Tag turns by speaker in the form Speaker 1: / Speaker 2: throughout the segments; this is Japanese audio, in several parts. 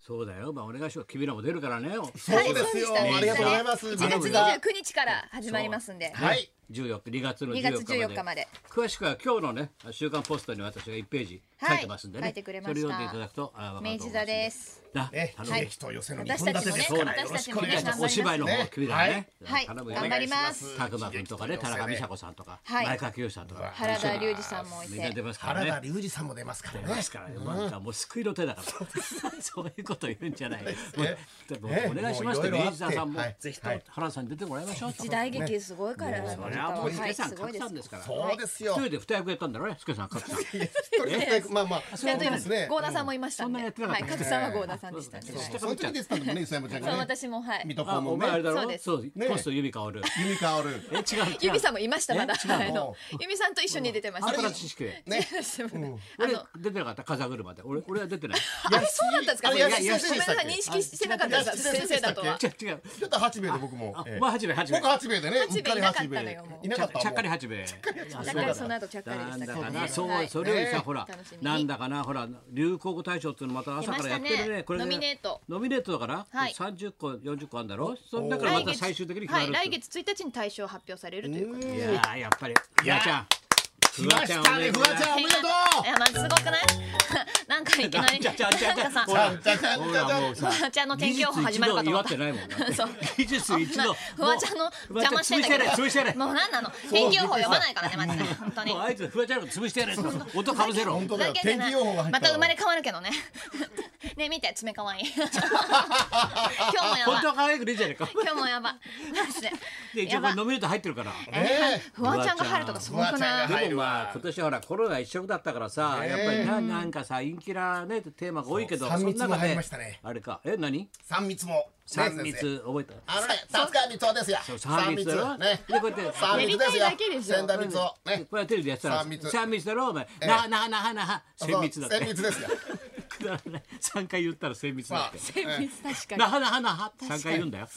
Speaker 1: そうだよ。まあお願いしよう。君らも出るからね。
Speaker 2: そうですよ。
Speaker 1: はい
Speaker 2: ありがとうございます。
Speaker 3: 1
Speaker 2: まな
Speaker 3: 月
Speaker 2: ぶが
Speaker 3: 29日から始まりますんで。
Speaker 2: はい
Speaker 1: ね。14日、2月の
Speaker 3: 2
Speaker 1: 14
Speaker 3: 月
Speaker 1: 日まで。
Speaker 3: 14日まで
Speaker 1: 詳しくは今日のね、週刊ポストに私が1ページ書いてますんでね。
Speaker 3: はい書いてくれました
Speaker 1: それ読んでいただくと、あ、わかる
Speaker 3: 明
Speaker 1: と
Speaker 3: 治
Speaker 1: 思います
Speaker 3: 座
Speaker 1: んで
Speaker 3: です。
Speaker 1: な、
Speaker 2: ね、
Speaker 1: 頼む
Speaker 2: 喜劇と寄せの日本立てです
Speaker 1: そ
Speaker 2: か
Speaker 1: うな
Speaker 2: ら、
Speaker 1: ん
Speaker 2: よ
Speaker 1: よ
Speaker 2: ろしくお願いし
Speaker 1: ね
Speaker 2: ま
Speaker 3: 私たちもね
Speaker 2: す。
Speaker 1: お芝居の方、
Speaker 2: ね
Speaker 1: 君らはね。
Speaker 3: はい
Speaker 1: 頼むよ
Speaker 3: 頑張ります
Speaker 2: お願いし
Speaker 1: 拓磨君とかね、田中美佐子さんとか、
Speaker 3: はい
Speaker 1: 前川清さんとか、
Speaker 3: 原田龍二さんもい
Speaker 1: みんな出
Speaker 3: て。
Speaker 1: ますから
Speaker 2: 原
Speaker 1: ね。
Speaker 2: 田龍二さんも出ますから
Speaker 1: 出
Speaker 2: ね。
Speaker 1: ますからね、なんかもう救いの手だから。そういうこと言うんじゃないよ。
Speaker 2: ね
Speaker 1: もうお願いしますって、
Speaker 2: ね
Speaker 1: 明
Speaker 2: もういろいろあって
Speaker 1: 治座さんも
Speaker 2: はい、
Speaker 1: ぜひと
Speaker 2: はい
Speaker 1: 原田さんに出てもらいましょう。
Speaker 3: 時代劇すごいから。
Speaker 1: そ
Speaker 3: 本
Speaker 1: れ
Speaker 3: 当
Speaker 1: はもう、助
Speaker 3: はい
Speaker 1: さん、
Speaker 3: すご
Speaker 1: 勝
Speaker 3: いで
Speaker 1: さん
Speaker 3: す。
Speaker 1: ですから。
Speaker 2: そうですよ
Speaker 1: 一。人で二役やったんだろうね、助さん、勝さん。
Speaker 2: 一人でまあまあ、
Speaker 3: ちゃんと
Speaker 2: そう
Speaker 3: 今
Speaker 2: ですね。
Speaker 3: ゴーナさんもいました
Speaker 1: そん
Speaker 3: んで。
Speaker 1: な
Speaker 3: は
Speaker 1: や
Speaker 3: い
Speaker 1: ってなかった、
Speaker 3: 角さんはゴーナさんでしたんで。
Speaker 1: そう
Speaker 3: は
Speaker 1: で
Speaker 3: い
Speaker 1: すね
Speaker 3: そ
Speaker 2: そういう時でしたもんね、磯山ちゃん
Speaker 3: う
Speaker 2: がね。
Speaker 3: 私もはい。
Speaker 2: 水戸
Speaker 1: あ、
Speaker 2: 黄
Speaker 1: お
Speaker 2: 門
Speaker 1: 前あれ
Speaker 2: ね。
Speaker 1: だ
Speaker 3: そう
Speaker 1: ろ
Speaker 3: です
Speaker 1: そう、
Speaker 2: ね
Speaker 1: ポスト指香る。
Speaker 2: ユミカオル。
Speaker 1: え、違う。
Speaker 3: ゆみさんもいましたまだ。
Speaker 1: え違う
Speaker 3: はいあの
Speaker 2: も
Speaker 3: ゆみさんと一緒に出てまし
Speaker 1: あ
Speaker 3: た。
Speaker 1: れ
Speaker 3: 違
Speaker 1: か
Speaker 3: いま
Speaker 1: ら
Speaker 3: す
Speaker 1: 知識で。
Speaker 2: ね。
Speaker 3: あ
Speaker 1: 俺
Speaker 3: の
Speaker 1: 出てなかった風車で俺俺は出てない
Speaker 2: あ、
Speaker 3: そうだったんですか。
Speaker 2: あ
Speaker 3: ご
Speaker 2: れ
Speaker 3: めんな
Speaker 2: 安
Speaker 3: さ
Speaker 2: 井
Speaker 3: い
Speaker 2: 先生でしたっけ
Speaker 3: 認識してなかったです。先生だと は。
Speaker 1: 違う違う
Speaker 2: ちょっと八兵衛で僕も
Speaker 1: あ。
Speaker 2: ええ
Speaker 1: お前八兵衛八兵衛
Speaker 2: 僕八兵衛でね。
Speaker 3: 八兵
Speaker 2: うっ
Speaker 3: 衛
Speaker 2: かり八兵衛
Speaker 3: いなかったのよもう
Speaker 2: いな
Speaker 1: ち
Speaker 2: か
Speaker 1: ゃ
Speaker 2: った。
Speaker 1: ちゃっかり
Speaker 2: も
Speaker 1: 八兵衛あ
Speaker 3: だ
Speaker 1: そう
Speaker 3: から
Speaker 1: だ
Speaker 3: その後ちゃっかりで
Speaker 1: な
Speaker 3: し
Speaker 1: ん
Speaker 3: た
Speaker 1: だ
Speaker 3: から
Speaker 1: か
Speaker 3: ね。
Speaker 1: なそ
Speaker 3: は
Speaker 1: う
Speaker 3: い
Speaker 1: それよりさ
Speaker 2: ね
Speaker 1: ほら
Speaker 3: 楽しみに
Speaker 1: なんだかなほら流行語大賞っていうのまた朝からやって
Speaker 3: 出まし
Speaker 1: る
Speaker 3: た
Speaker 1: ね
Speaker 3: ね
Speaker 1: これね
Speaker 3: ノミネート
Speaker 1: ノミネートだから
Speaker 3: はい
Speaker 1: 三十個四十個あるんだろそ
Speaker 2: お
Speaker 1: れだからまた最終的に決まるって
Speaker 3: はい、来月1日に大賞発表されるということで
Speaker 1: いやーやっぱりフワちゃん
Speaker 2: う。来ましたね、フワちゃんおめでとう。
Speaker 3: いやまあすごくない なんかいきなり
Speaker 1: じゃじゃじゃ
Speaker 3: なんかさ
Speaker 1: ほら
Speaker 2: じゃじゃじゃ
Speaker 1: ほらもうさ
Speaker 3: フワちゃんの天気予報始まるかと思った
Speaker 1: 技術一度祝ってないもんな
Speaker 3: そう
Speaker 1: 技術一度
Speaker 3: フワちゃんの邪魔してんだけど
Speaker 1: 潰してやれ潰してやれ
Speaker 3: もう何なの天気予報読まないからねマジで本当に
Speaker 1: もうあいつフワちゃんのこと潰してやれ音かぶ せろ
Speaker 2: 本当だ
Speaker 3: だ
Speaker 2: よ。
Speaker 3: けじゃ
Speaker 2: 天
Speaker 3: な
Speaker 2: 気
Speaker 3: い
Speaker 2: 予報が入った。
Speaker 3: また生まれ。変わるけどね ね見て爪かわいい今日もや
Speaker 1: 本当
Speaker 3: ば
Speaker 1: は可愛くねえじゃねえか
Speaker 3: 今日もやばマジで
Speaker 1: で一応
Speaker 3: や
Speaker 1: こ
Speaker 3: ば
Speaker 1: れノミネート入ってるから
Speaker 2: ええ。
Speaker 3: フワちゃんが入るとかすごく
Speaker 2: フワちゃ
Speaker 3: なんい
Speaker 2: が
Speaker 1: でもまあ今年はほらコロナ一色だったからさ、
Speaker 2: ねえ
Speaker 1: やっぱりななんかさ陰キラねテーマが多いけど
Speaker 2: そう
Speaker 1: その
Speaker 2: 三密も
Speaker 1: 中
Speaker 2: 入り
Speaker 1: で
Speaker 2: ましたね
Speaker 1: あれかえ何
Speaker 2: 三密も。ね
Speaker 1: 三。
Speaker 2: 先生
Speaker 1: 密覚えた
Speaker 2: あのね、三つか三つですよ。
Speaker 1: 三密だろ
Speaker 2: 三ね。
Speaker 1: でこうやって
Speaker 2: 三密ですよ
Speaker 3: やりたいだけでしょ
Speaker 2: 仙台三つをね
Speaker 1: これはテレビでやってたら
Speaker 2: 三密
Speaker 1: 三密だろお前
Speaker 2: え
Speaker 1: ななななな千密だっ
Speaker 2: 千
Speaker 1: て
Speaker 2: 密です よ
Speaker 1: くだら ない3回言ったら精密だって、
Speaker 2: まあええ
Speaker 3: 確かに
Speaker 1: なはなはなは3回言うんだよ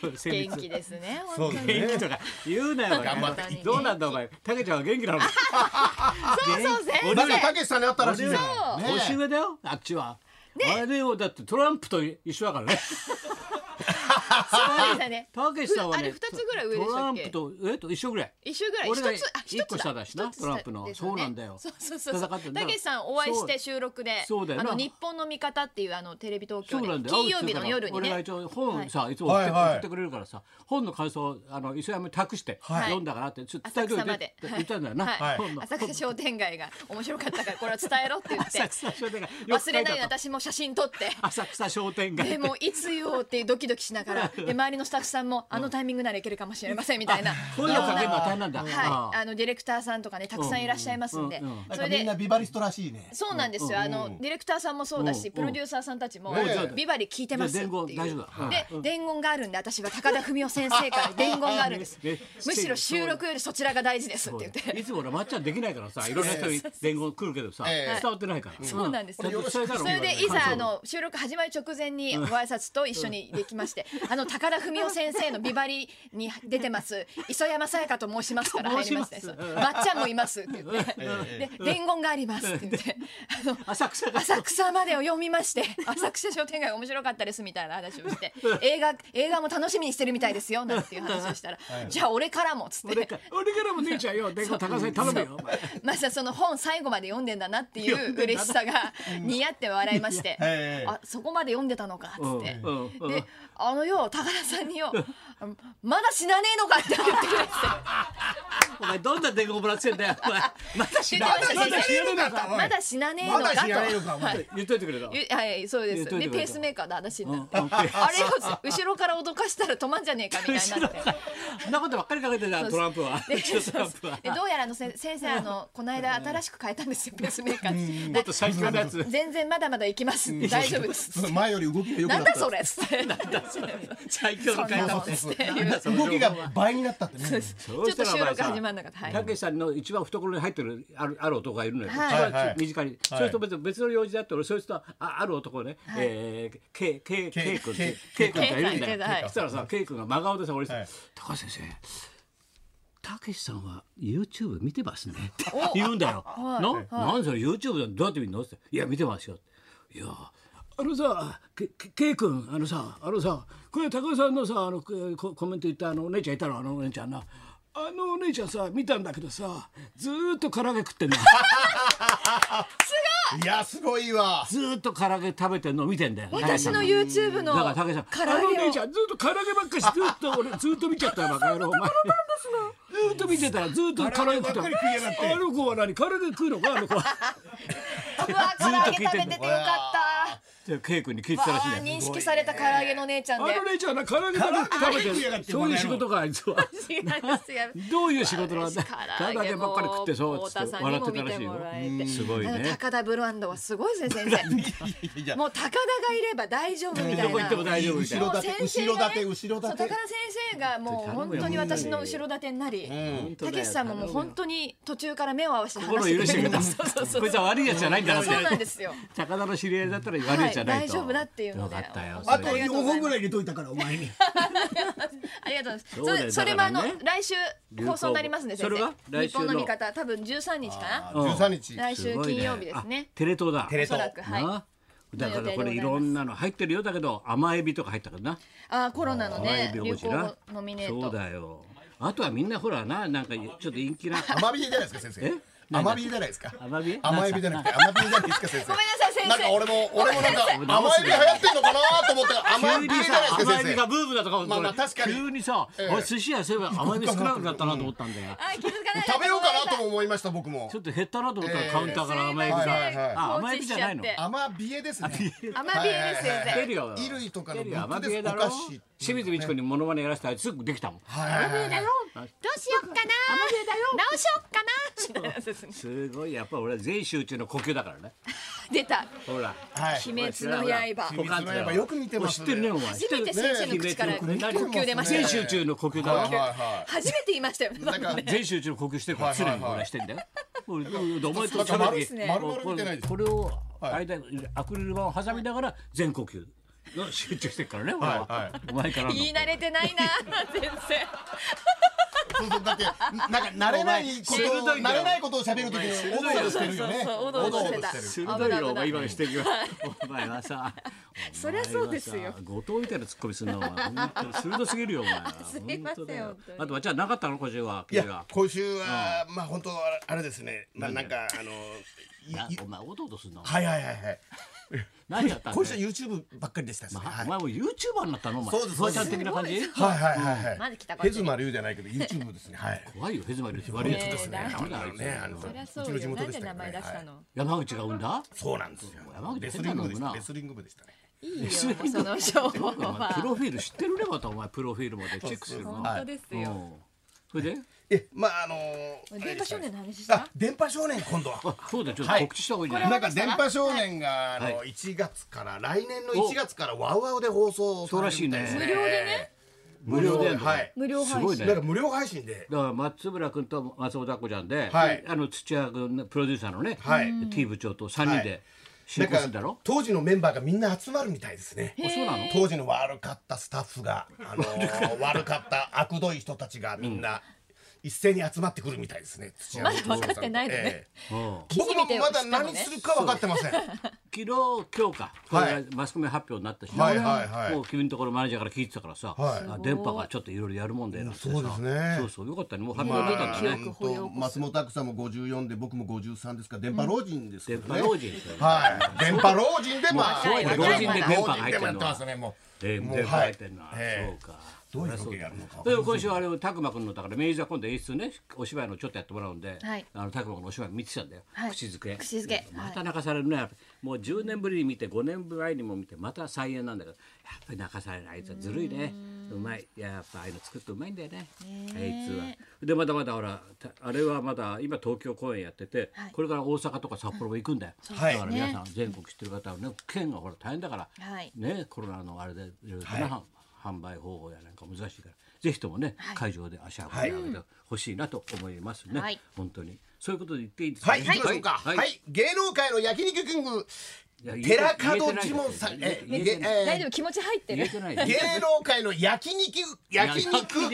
Speaker 1: そう精密
Speaker 3: 元気ですね本当
Speaker 2: そう
Speaker 3: に
Speaker 2: で
Speaker 1: 元気
Speaker 2: すね
Speaker 1: とか言うなよお前
Speaker 2: 頑張って
Speaker 1: どうなんだお前たけちゃんは元気なの
Speaker 3: そう先
Speaker 1: 俺
Speaker 2: まだ
Speaker 1: は
Speaker 2: たけしさんに会ったらしいね
Speaker 3: そう
Speaker 2: ね
Speaker 1: 年上だよあっちは、あれでよだってトランプと一緒だからね
Speaker 3: そうだね
Speaker 1: たけしさんは
Speaker 3: あれ
Speaker 1: ね
Speaker 3: 二つぐらい上でし
Speaker 1: ト
Speaker 3: た
Speaker 1: ラ
Speaker 3: っ
Speaker 1: ン
Speaker 3: け
Speaker 1: プとえっと一緒ぐらい
Speaker 3: 一緒ぐらい
Speaker 1: 俺が
Speaker 3: 一つあ一つ
Speaker 1: 一個下だしな
Speaker 3: 一つ
Speaker 1: トランプの
Speaker 3: ですね
Speaker 1: そうなんだよ
Speaker 3: そうそうそうそう
Speaker 1: 戦ってんだ
Speaker 3: たけしさんお会いして収録で
Speaker 1: そうだよ
Speaker 3: あ
Speaker 1: な
Speaker 3: の日本の味方っていうあのテレビ東
Speaker 1: そ
Speaker 3: 京
Speaker 1: う
Speaker 3: で
Speaker 1: なんだよ
Speaker 3: 金曜日の夜に
Speaker 1: 俺が
Speaker 3: ね
Speaker 1: 一応本さ、い、つも送って,、送ってくれるからさ本の感想をあの磯山に託して、
Speaker 3: い
Speaker 1: 読んだからってちょっと伝えておいて
Speaker 3: 浅草ま
Speaker 1: っ
Speaker 3: で
Speaker 1: て言ったんだよな、
Speaker 3: はい
Speaker 1: 本の
Speaker 3: 浅草商店街が面白かったからこれを伝えろって言って
Speaker 1: 浅草商店街よく書
Speaker 3: 忘
Speaker 1: いてあった
Speaker 3: れないように私も写真撮 って
Speaker 1: 浅草商店街
Speaker 3: でもういつ言おうっていうドキドキしな がらで周りのスタッフさんもあのタイミングならいけるかもしれませんみたいな
Speaker 1: こういうのかけるのは大変なんだ、
Speaker 3: はい、あのディレクターさんとかねたくさんいらっしゃいますんで、
Speaker 1: うんうんうん
Speaker 3: それで
Speaker 2: ビバリストらしいね
Speaker 3: そうなんですよ、あのディレクターさんもそうだ
Speaker 1: うんう
Speaker 3: し、
Speaker 1: ん
Speaker 3: プロデューサーさんたちも
Speaker 2: ねえ、
Speaker 3: ビバリ聞いてますっていう。
Speaker 1: じゃあ伝言大丈夫だ
Speaker 3: で、伝言があるんで、私は高田文夫先生 から伝言があるんです
Speaker 1: ねね。
Speaker 3: むしろ収録よりそちらが大事ですって言って。
Speaker 1: いつも俺まっちゃんできないからさいろんな人に伝言来るけどさ、
Speaker 2: ええ
Speaker 1: 伝わってないから
Speaker 3: そうなんですよ
Speaker 1: ちゃと伝えたの
Speaker 3: それでいざあの収録始まる直前にご挨拶と一緒にできまして「あの高田文夫先生のビバリに出てます磯山さやかと申します」から入りまして
Speaker 1: 申
Speaker 3: 「
Speaker 1: し
Speaker 3: そう
Speaker 1: ます
Speaker 3: まっちゃんもいます」って言って「で伝言があります」って言ってあの
Speaker 1: 浅草が
Speaker 3: 浅草までを読みまして浅草商店街面白かったですみたいな話をして映画映画も楽しみにしてるみたいですよなんていう話をしたらじゃあ俺からもっつっ
Speaker 1: 俺
Speaker 3: て
Speaker 1: か俺からも姉ちゃんよ伝言高さに頼むよお前
Speaker 3: まさその本最後まで読んでんだなっていう嬉しさが似合って笑いまして
Speaker 2: ええ
Speaker 3: あそこまで読んでたのかっつって
Speaker 1: うんうん
Speaker 3: であのよ高田さんによあのまだ死なねえのかって言ってくれて
Speaker 1: お前どんな伝言もらってんだよお前また知ら
Speaker 3: まだ知ら
Speaker 1: ま
Speaker 3: な
Speaker 1: だ知らなかった
Speaker 3: まだ死なねえのか
Speaker 2: まだ死なねえの
Speaker 3: と
Speaker 2: かお。前
Speaker 3: はい
Speaker 1: 言っといてくれた
Speaker 3: ゆはい、そうです。
Speaker 1: 言っといて
Speaker 3: で、
Speaker 1: くれた
Speaker 3: ペースメーカーの話になって、
Speaker 1: うんうんペース
Speaker 3: あれを後ろから脅かしたら止まんじゃねえかみたい
Speaker 1: 後ろ
Speaker 3: になって。
Speaker 1: からそんなことばっかり考えてたトランプは
Speaker 3: で
Speaker 1: トランプは
Speaker 3: でどうやらあのせ先生あのこの間新しく変えたんですよペースメーカー
Speaker 1: もっと最強のや つ
Speaker 3: 全然まだまだいきますんで大丈夫です
Speaker 2: 前より動きが良く
Speaker 3: な
Speaker 2: なっ
Speaker 3: ん
Speaker 2: た
Speaker 3: だそれっつって
Speaker 1: 最強の回
Speaker 3: そんな
Speaker 1: 答
Speaker 3: もんですって
Speaker 2: なんだそれ動きが倍になったってね
Speaker 3: ちょっと収録始まんなかったはい
Speaker 1: たけしさんの一番懐に入ってるあるある男がいるのよ、
Speaker 3: は
Speaker 1: 一
Speaker 3: い
Speaker 1: 番
Speaker 2: はいはい
Speaker 1: 身近に、それと別別の用事だって俺そいつとあある男をね、えー、K, K, K 君って K
Speaker 2: ケイ
Speaker 1: 君がいるんだよ、
Speaker 3: ケイ君はい
Speaker 1: そしたらさ K 君が真顔でさ俺さ、
Speaker 2: はい
Speaker 1: 高橋先生たけしさんは YouTube 見てますねって言うんだよ。な、なんそれ YouTube どうやって見るのって言っていや見てますよって。いやあのさ、け、け、けい君、あのさ、あのさ、これ高尾さんのさ、あの、ここコメント言ったあのお姉ちゃんいたの、あのお姉ちゃんな。あのお姉ちゃんさ、見たんだけどさ、ずーっと唐揚げ食ってんの。
Speaker 2: いやすごいわ
Speaker 1: ずーっと唐揚げ食べてんの見てんだよ。
Speaker 3: 私の
Speaker 1: 高橋さん
Speaker 3: YouTube の
Speaker 1: だから、竹さん、あの
Speaker 3: 唐揚
Speaker 1: 姉
Speaker 3: げ
Speaker 1: ち
Speaker 3: を
Speaker 1: ゃん、ずっと唐揚げばっかし、ずっと、俺、ずっと見ちゃったよ、バカ野郎、お 前。ずっと見てたら、ずっと唐揚げ食って
Speaker 2: 唐揚げばっかり食いやがって
Speaker 1: た。あの子は何、唐揚げ食うのか、あの子は。
Speaker 3: うわ唐揚げ食べ
Speaker 1: ずっと聞
Speaker 3: て
Speaker 1: いてん
Speaker 3: て
Speaker 1: の
Speaker 3: よかった
Speaker 1: で、ケイ君に聞いてた
Speaker 3: わ
Speaker 1: らしい
Speaker 3: あ
Speaker 1: んだよ。
Speaker 3: 認識された唐揚げの姉ちゃん
Speaker 1: あ
Speaker 3: で
Speaker 1: の姉ちゃんは唐揚げ食べて
Speaker 2: 唐揚げ食い
Speaker 1: 食べ
Speaker 2: やがって
Speaker 1: てそういう仕事かあいつは
Speaker 3: 違いますよ
Speaker 1: どういう仕事なんだ
Speaker 3: 唐
Speaker 1: 唐
Speaker 3: 揚
Speaker 1: 揚
Speaker 3: げ
Speaker 1: げ
Speaker 3: も
Speaker 1: ばっかり食ってそうっ
Speaker 3: 太
Speaker 1: つっ
Speaker 3: 田
Speaker 1: て
Speaker 3: さんに
Speaker 1: 笑っ
Speaker 3: も
Speaker 1: てた
Speaker 3: 見
Speaker 1: ら
Speaker 3: て
Speaker 1: しいよ
Speaker 3: もらえて
Speaker 1: すごい
Speaker 3: あの
Speaker 1: ね
Speaker 3: 高田ブランドはすごいですね先生
Speaker 2: いや
Speaker 3: もう高田がいれば大丈夫みた
Speaker 1: ど
Speaker 3: い
Speaker 1: こ行
Speaker 3: な
Speaker 1: っても大丈夫みたい
Speaker 2: 後
Speaker 1: な
Speaker 2: ろ盾後ろ盾後ろ
Speaker 3: そう高
Speaker 2: 盾
Speaker 3: 田先生がもう本当に私の後ろ盾になり
Speaker 2: うん
Speaker 3: たけしさんももう本当に途中から目を合わせて話
Speaker 1: 心
Speaker 3: して
Speaker 1: 許してくれた
Speaker 3: そうそうそう
Speaker 1: こいつは悪いやつじゃないんだなって
Speaker 3: そうなんですよ
Speaker 1: 高田の知り合いだったら悪いやつじゃないと
Speaker 3: はい大丈夫だっていうので
Speaker 1: よかったよ
Speaker 2: あ
Speaker 1: そ
Speaker 2: と
Speaker 1: れ
Speaker 2: 4本ぐらい入れといたからお前に
Speaker 3: ありがとう
Speaker 1: そう
Speaker 3: ござい
Speaker 1: だ
Speaker 3: ま
Speaker 1: よ
Speaker 3: す。それそれもあの
Speaker 1: だからね
Speaker 3: 来週放送になりますんで先
Speaker 1: それは来
Speaker 3: 生。日
Speaker 1: 週の
Speaker 3: 本の見方多分13日かな。
Speaker 1: うん
Speaker 2: 13日
Speaker 3: 来
Speaker 1: す
Speaker 3: 週
Speaker 1: ごいね
Speaker 3: 金曜日ですね
Speaker 1: あ。テレ東だ
Speaker 2: テレ
Speaker 3: おそらくはい。
Speaker 1: なだか
Speaker 3: の
Speaker 1: ら
Speaker 3: 予
Speaker 1: こ
Speaker 3: 定でござ
Speaker 1: れ
Speaker 3: います
Speaker 1: いろんなの入ってるよだけど甘エビとか入ったからな
Speaker 3: あーコロナの
Speaker 1: 甘エ
Speaker 3: ね
Speaker 1: ビ
Speaker 3: 流
Speaker 1: 王子
Speaker 3: 行
Speaker 1: な
Speaker 3: 語ノミネ
Speaker 1: そう
Speaker 3: ート。
Speaker 1: だよあとはみんなほらななんかちょっと陰気な
Speaker 2: 甘ビエじゃないですか先生甘ビエじゃないですか
Speaker 1: 甘ビエ
Speaker 2: 甘エビじゃなくて甘ビエじゃないですか先生
Speaker 3: ごめんなさい先生
Speaker 2: なんか俺も俺もなんか
Speaker 1: んなさい
Speaker 2: 甘エビ流行ってんのかなと思ったら甘
Speaker 1: 急
Speaker 2: エビ
Speaker 1: に
Speaker 2: じゃ
Speaker 1: さ
Speaker 2: ないですか
Speaker 1: 甘エ
Speaker 2: 先
Speaker 1: ビ
Speaker 2: 生
Speaker 1: がブームだとか思って
Speaker 2: まあまあ確かに
Speaker 1: 急にさ、
Speaker 2: ええ
Speaker 1: 俺寿司屋そういえば甘エビ少なくなったなと思ったんだよ、
Speaker 3: あー気づかない。
Speaker 2: 食べようかなとも思いました僕も
Speaker 1: ちょっと減ったなと思ったら、
Speaker 2: ええ
Speaker 1: カウンターから甘エビが、
Speaker 2: すいませんはい
Speaker 1: あ
Speaker 3: 放
Speaker 1: 甘エ
Speaker 3: 置
Speaker 1: ビ
Speaker 3: し
Speaker 1: じゃ
Speaker 3: ちゃっ
Speaker 1: な
Speaker 3: て
Speaker 1: いの
Speaker 2: 甘ビエですね
Speaker 3: 甘ビエです先
Speaker 2: はいはいはい
Speaker 1: 出
Speaker 3: 生。
Speaker 1: るよ
Speaker 2: 衣類とか
Speaker 1: 出
Speaker 2: の
Speaker 1: るよ
Speaker 2: 毒
Speaker 1: 甘
Speaker 2: です
Speaker 1: エビだろ
Speaker 2: お菓子
Speaker 1: 清水美智子にモノマネやらせたらすぐできたもん
Speaker 2: はいはいはい
Speaker 3: どうしよっかな。直しよっかな。みたいなやつですね
Speaker 1: すごいやっぱ俺は全集中の呼吸だからね
Speaker 3: 出た。
Speaker 1: ほら
Speaker 2: はい
Speaker 3: 鬼滅の刃。
Speaker 2: 鬼滅の刃よく似てます
Speaker 1: 知ってるねお前
Speaker 3: 初めて先生の口から呼
Speaker 1: 知ってるね
Speaker 3: 吸出ました
Speaker 1: 全
Speaker 3: よ。
Speaker 1: 集中の呼吸だ
Speaker 2: はい
Speaker 1: ろ、
Speaker 2: はいは
Speaker 3: 初めて言いましたよ。
Speaker 2: いなんか
Speaker 1: 全集中の呼吸してるから
Speaker 2: はい
Speaker 1: 常
Speaker 2: はいはい
Speaker 1: に俺はしてんだよ。俺お前と
Speaker 2: なんか
Speaker 1: 喋
Speaker 2: 丸
Speaker 1: る
Speaker 2: い
Speaker 1: 時
Speaker 2: 丸々見てないです
Speaker 1: これを間にアクリル板を挟みながら全呼吸の集中してるからね俺
Speaker 2: はいは
Speaker 1: はいお前からの
Speaker 3: 言い慣れてないな先生。
Speaker 2: そうそう だってなんか慣れないこと
Speaker 1: お前鋭いんだよ
Speaker 2: 慣れないことを喋るときにおどおどしてるよね
Speaker 3: そうそうそうおどおどしてた
Speaker 1: 鋭い
Speaker 3: 危な
Speaker 1: よ
Speaker 3: い危
Speaker 1: お
Speaker 3: ない
Speaker 1: 前今の指摘はお前はさ
Speaker 3: そりゃそうですよ
Speaker 1: お前はさ後藤みたいなツッコミするのは本当に鋭すぎるよお前は
Speaker 3: すいません
Speaker 1: 本当だよ
Speaker 3: 本当に
Speaker 1: あとはじゃあなかったの今週はい君
Speaker 2: や
Speaker 1: は
Speaker 2: 今週はまあ本当はあれですねななんかあのい
Speaker 1: ないお前おどおどすんの
Speaker 2: はいはいはいはい
Speaker 1: 何やったんだ
Speaker 2: 今
Speaker 1: よ
Speaker 2: 週 YouTube ばっかりでしたですね
Speaker 1: まあ
Speaker 2: はい
Speaker 1: お前もユーチューバーになったのお前
Speaker 2: そうです
Speaker 1: フワちゃん的な感じ
Speaker 2: はいはいはいはい。
Speaker 3: まず来たこっち
Speaker 2: ヘズマリュウじゃないけど YouTube ですね。はい。
Speaker 1: 怖いよヘズマリの悪いやつですね
Speaker 3: ねえ
Speaker 1: なんだあいつ
Speaker 2: ねあの
Speaker 3: そりゃそうよ。なんで名前出したの。
Speaker 1: 山口が生んだ
Speaker 2: そうなんですよ
Speaker 1: 山。口
Speaker 2: レスリング部でした。
Speaker 1: な
Speaker 2: レスリング部でしたね。
Speaker 3: いいよ。もうその情報
Speaker 1: お前プ
Speaker 3: は。
Speaker 1: ロフィール知ってるねまたお前プロフィールまでチェックするの
Speaker 3: 本
Speaker 2: はい
Speaker 3: 当ですよ。
Speaker 1: うんそれで
Speaker 2: え、まああのー。
Speaker 3: 電波少年の話し
Speaker 2: あ
Speaker 3: た。、
Speaker 2: 電波少年今度は。
Speaker 1: そうだよちょっと
Speaker 2: はい
Speaker 1: 告知した方がいいんじゃ
Speaker 2: な
Speaker 1: ない
Speaker 2: んか電波少年があの
Speaker 1: は
Speaker 2: 1月から来年の1月からワウワウで放送されるみたいです
Speaker 1: そうらしいね無
Speaker 2: ね。
Speaker 3: 料でね。
Speaker 1: 無料でやるの
Speaker 2: はい
Speaker 3: 無料
Speaker 1: す
Speaker 3: 配
Speaker 1: ごい
Speaker 3: 信。
Speaker 1: ね
Speaker 2: なんか無料配信で。
Speaker 1: だから松村君と松本子ちゃんで、
Speaker 2: はい
Speaker 1: あの土屋君のプロデューサーのね、
Speaker 2: はい
Speaker 1: T 部長と3人
Speaker 2: は
Speaker 1: で
Speaker 2: い
Speaker 1: 進行するんだろ、
Speaker 2: 当時のメンバーがみんな集まるみたいですね。
Speaker 1: あそうなの
Speaker 2: 当時の悪かったスタッフが、あのー悪かった悪どい人たちがみんな一斉に集まってくるみたいですね。土屋
Speaker 3: まだ分かってないのね
Speaker 2: ええ
Speaker 1: うん
Speaker 3: 記事見
Speaker 2: 僕も
Speaker 3: て
Speaker 2: まだ何するか分かってません。
Speaker 1: 昨日今日かこれがマスコミ発表になったし、
Speaker 2: はいはいはい
Speaker 1: もう君のところマネージャーから聞いてたからさ、
Speaker 2: はい
Speaker 1: あ電波がちょっといろいろやるもんでなんてさ
Speaker 2: そうですね
Speaker 1: そうそうよかったねもう発表出たんだね、
Speaker 3: 記憶保有を起こす
Speaker 2: 松本拓さんも54で僕も53ですから電波老人ですけ
Speaker 1: 電
Speaker 2: ど
Speaker 1: 波
Speaker 2: ね。
Speaker 1: 老人
Speaker 2: はい。電波老人でまあ
Speaker 1: そう
Speaker 3: よ
Speaker 2: 老
Speaker 3: 老人
Speaker 2: 人
Speaker 3: で
Speaker 2: で
Speaker 1: 電波が入ってんのは
Speaker 2: やってますねもう。
Speaker 1: で
Speaker 2: もう
Speaker 1: 電波
Speaker 2: は
Speaker 1: 入
Speaker 2: い
Speaker 1: ってんな、
Speaker 2: ええ
Speaker 1: そうか
Speaker 2: どういう表現やるのか。
Speaker 1: でも今週はあれを拓磨君のだから明治座今度演出ねお芝居のちょっとやってもらうんで、
Speaker 3: はい
Speaker 1: あの拓磨君のお芝居見てたんだよ、
Speaker 3: はい
Speaker 1: 口づけ
Speaker 3: 口づけ
Speaker 1: また泣かされるね、もう10年ぶりに見て5年前にも見てまた再演なんだけどやっぱり泣かされるあいつはずるいねうまいやっぱああいうの作ってうまいんだよねあいつはでまだまだほらたあれはまだ今東京公演やってて、
Speaker 3: はい
Speaker 1: これから大阪とか札幌も行くんだよ、
Speaker 2: うですね
Speaker 1: だから皆さん全国知ってる方はね県がほら大変だから、
Speaker 3: はい
Speaker 1: ねコロナのあれでいろいろとね
Speaker 2: はい
Speaker 1: 販売方法やなんか難しいからぜひともね、会場で足を運んであげてほしいなと思いますね、
Speaker 3: はい
Speaker 1: 本当にそういうことで言っていいですか、
Speaker 2: はい、行きましょうか。
Speaker 1: は
Speaker 2: はいい、
Speaker 1: はい
Speaker 2: 芸能界の焼肉キング
Speaker 1: いや、
Speaker 2: 寺門ジモンさん、
Speaker 1: 言え
Speaker 2: え
Speaker 1: て、ない
Speaker 2: え
Speaker 1: 言えてない
Speaker 3: 大丈
Speaker 2: え
Speaker 3: 夫気持ち入って
Speaker 1: 言
Speaker 3: る
Speaker 1: え。てない
Speaker 2: ー芸能界の焼肉、焼肉キング
Speaker 1: い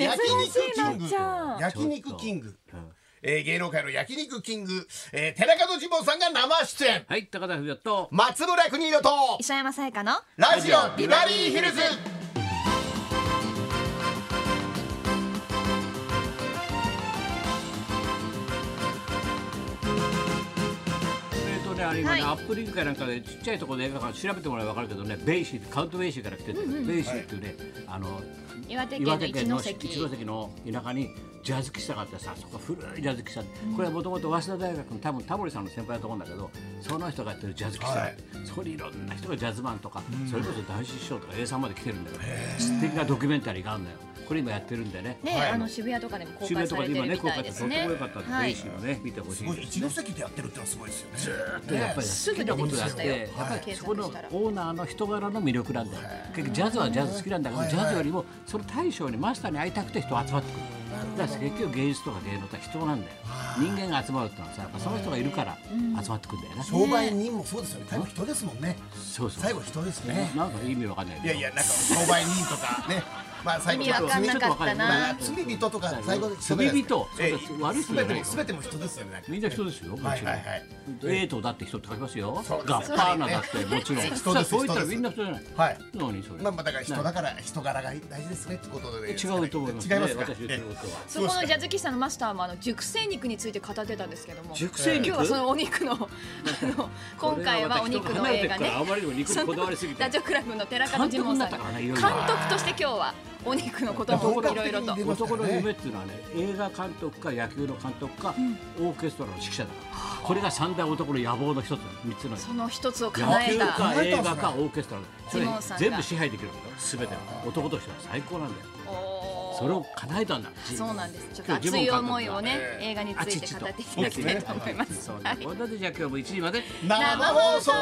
Speaker 1: や、
Speaker 2: 焼肉キン
Speaker 3: 珍
Speaker 2: グ
Speaker 3: しいなっちゃん、
Speaker 2: 焼肉キング
Speaker 1: うん。
Speaker 2: えー芸能界の焼肉キング、えー、寺門ジモンさんが生出演
Speaker 1: はい、高田文夫と。
Speaker 2: 松村邦洋と
Speaker 3: 磯山さやかの
Speaker 2: ラジオビバリーヒルズ
Speaker 1: えーとね、あれ今ね、
Speaker 3: はい
Speaker 1: アップリンクかなんかでちっちゃいところでだから調べてもらえば分かるけどねベイシーってカウントベイシーから来てて、ベイシーっていうね、あの
Speaker 3: 岩手県の一ノ
Speaker 1: 一
Speaker 3: 関
Speaker 1: 一ノ関の田舎にジャズ喫茶があってさそこ古いジャズ喫茶、これはもともと早稲田大学の多分タモリさんの先輩だと思うんだけどその人がやってるジャズ喫茶、
Speaker 2: はい
Speaker 1: そこにいろんな人がジャズマンとか、それこそ男子師匠とか A さんまで来てるんだよ素敵なドキュメンタリーがあるんだよこれ今やってるんでね
Speaker 3: ね、
Speaker 2: はい
Speaker 3: あの渋谷とかでも公
Speaker 1: 渋
Speaker 3: 開
Speaker 1: 谷と
Speaker 3: さ
Speaker 1: か
Speaker 3: れ
Speaker 1: で
Speaker 3: て
Speaker 1: 今ね公
Speaker 3: るみた
Speaker 1: 開
Speaker 3: いで
Speaker 1: されてとって
Speaker 3: すね
Speaker 1: もよかったんで、
Speaker 3: は
Speaker 1: ベ
Speaker 3: い
Speaker 1: イシーもね見てほしい
Speaker 2: す
Speaker 1: で
Speaker 2: ご
Speaker 1: す
Speaker 2: い一ノ関でやってるってのはすごいですよね
Speaker 1: でやっぱり
Speaker 3: す
Speaker 1: 好
Speaker 3: ぐ
Speaker 1: き
Speaker 3: 出
Speaker 1: な
Speaker 3: て
Speaker 1: こ
Speaker 3: き
Speaker 1: とだ
Speaker 3: ま
Speaker 1: っ、
Speaker 3: してたよ
Speaker 1: やっぱり
Speaker 3: はい
Speaker 1: そこのオーナーの人柄の魅力なんだよ結局ジャズはジャズ好きなんだけど、
Speaker 2: はい
Speaker 1: ジャズよりもその大将にマスターに会いたくて人が集まってくるだから結局芸術とか芸能って人なんだよ人間が集まるってのはさやっぱその人がいるから集まってくるんだよな、
Speaker 2: 商売人もそうですよね最後人ですもんね
Speaker 1: そうそう
Speaker 2: 最後人ですね
Speaker 1: なんか意味わかんない
Speaker 2: い
Speaker 1: け
Speaker 2: や
Speaker 1: ど
Speaker 2: いやなんか商売人とかねまあ最後
Speaker 3: 意味わかんなかったな
Speaker 2: まあ罪人とか最後人
Speaker 1: 罪人そう
Speaker 2: ええ
Speaker 1: だ悪い人じゃない
Speaker 2: 全ても
Speaker 1: よ
Speaker 2: 全ても人ですよねなんか
Speaker 1: みんな人ですよ、もちろん。
Speaker 2: はいはいはい
Speaker 1: エイトだって人って書きますよ。
Speaker 2: そうです
Speaker 1: ガッパーナだって、もちろん。
Speaker 2: です
Speaker 1: さあそう言ったら
Speaker 2: 人です
Speaker 1: みんな人じゃない。
Speaker 2: はい
Speaker 1: 何それ。
Speaker 2: まあまあだから人だから人柄が大事ですねってことで
Speaker 1: 違うと思います、
Speaker 2: 違いますか
Speaker 1: 私言ってることは。
Speaker 3: そこのジャズ喫茶のマスターもあの熟成肉について語ってたんですけども
Speaker 1: 熟成肉
Speaker 3: 今日はそのお肉のあ の今回はお肉の映画ね
Speaker 1: あまりにも肉にこだわりすぎて
Speaker 3: ダチョウ倶楽部の寺門ジモンさんが
Speaker 1: 監督になったからねいろ
Speaker 3: 監
Speaker 1: いろ
Speaker 3: 督として今日はお肉のこともいろいろ
Speaker 2: 監
Speaker 3: と
Speaker 2: 督
Speaker 1: 男の夢っていうのはね映画監督か野球の監督か、オーケストラの指揮者だからこれが三大男の野望の一つ三つの
Speaker 3: その一つを叶
Speaker 1: 野
Speaker 3: え
Speaker 1: 球
Speaker 3: た
Speaker 1: か映画かオーケストラそれ
Speaker 3: ジモンさんが
Speaker 1: 全部支配できるんだよ全てを男としては最高なんだよ
Speaker 3: おー
Speaker 1: それを叶えたんだ
Speaker 3: そうなんですちょっと熱い思いをね
Speaker 2: ええ
Speaker 3: 映画につ
Speaker 1: あち
Speaker 3: い
Speaker 1: ちと
Speaker 3: て語っていただきたいと思います
Speaker 1: そう
Speaker 3: は
Speaker 1: ね
Speaker 3: い
Speaker 1: これだってじゃあ今日も1時まで
Speaker 2: 生放送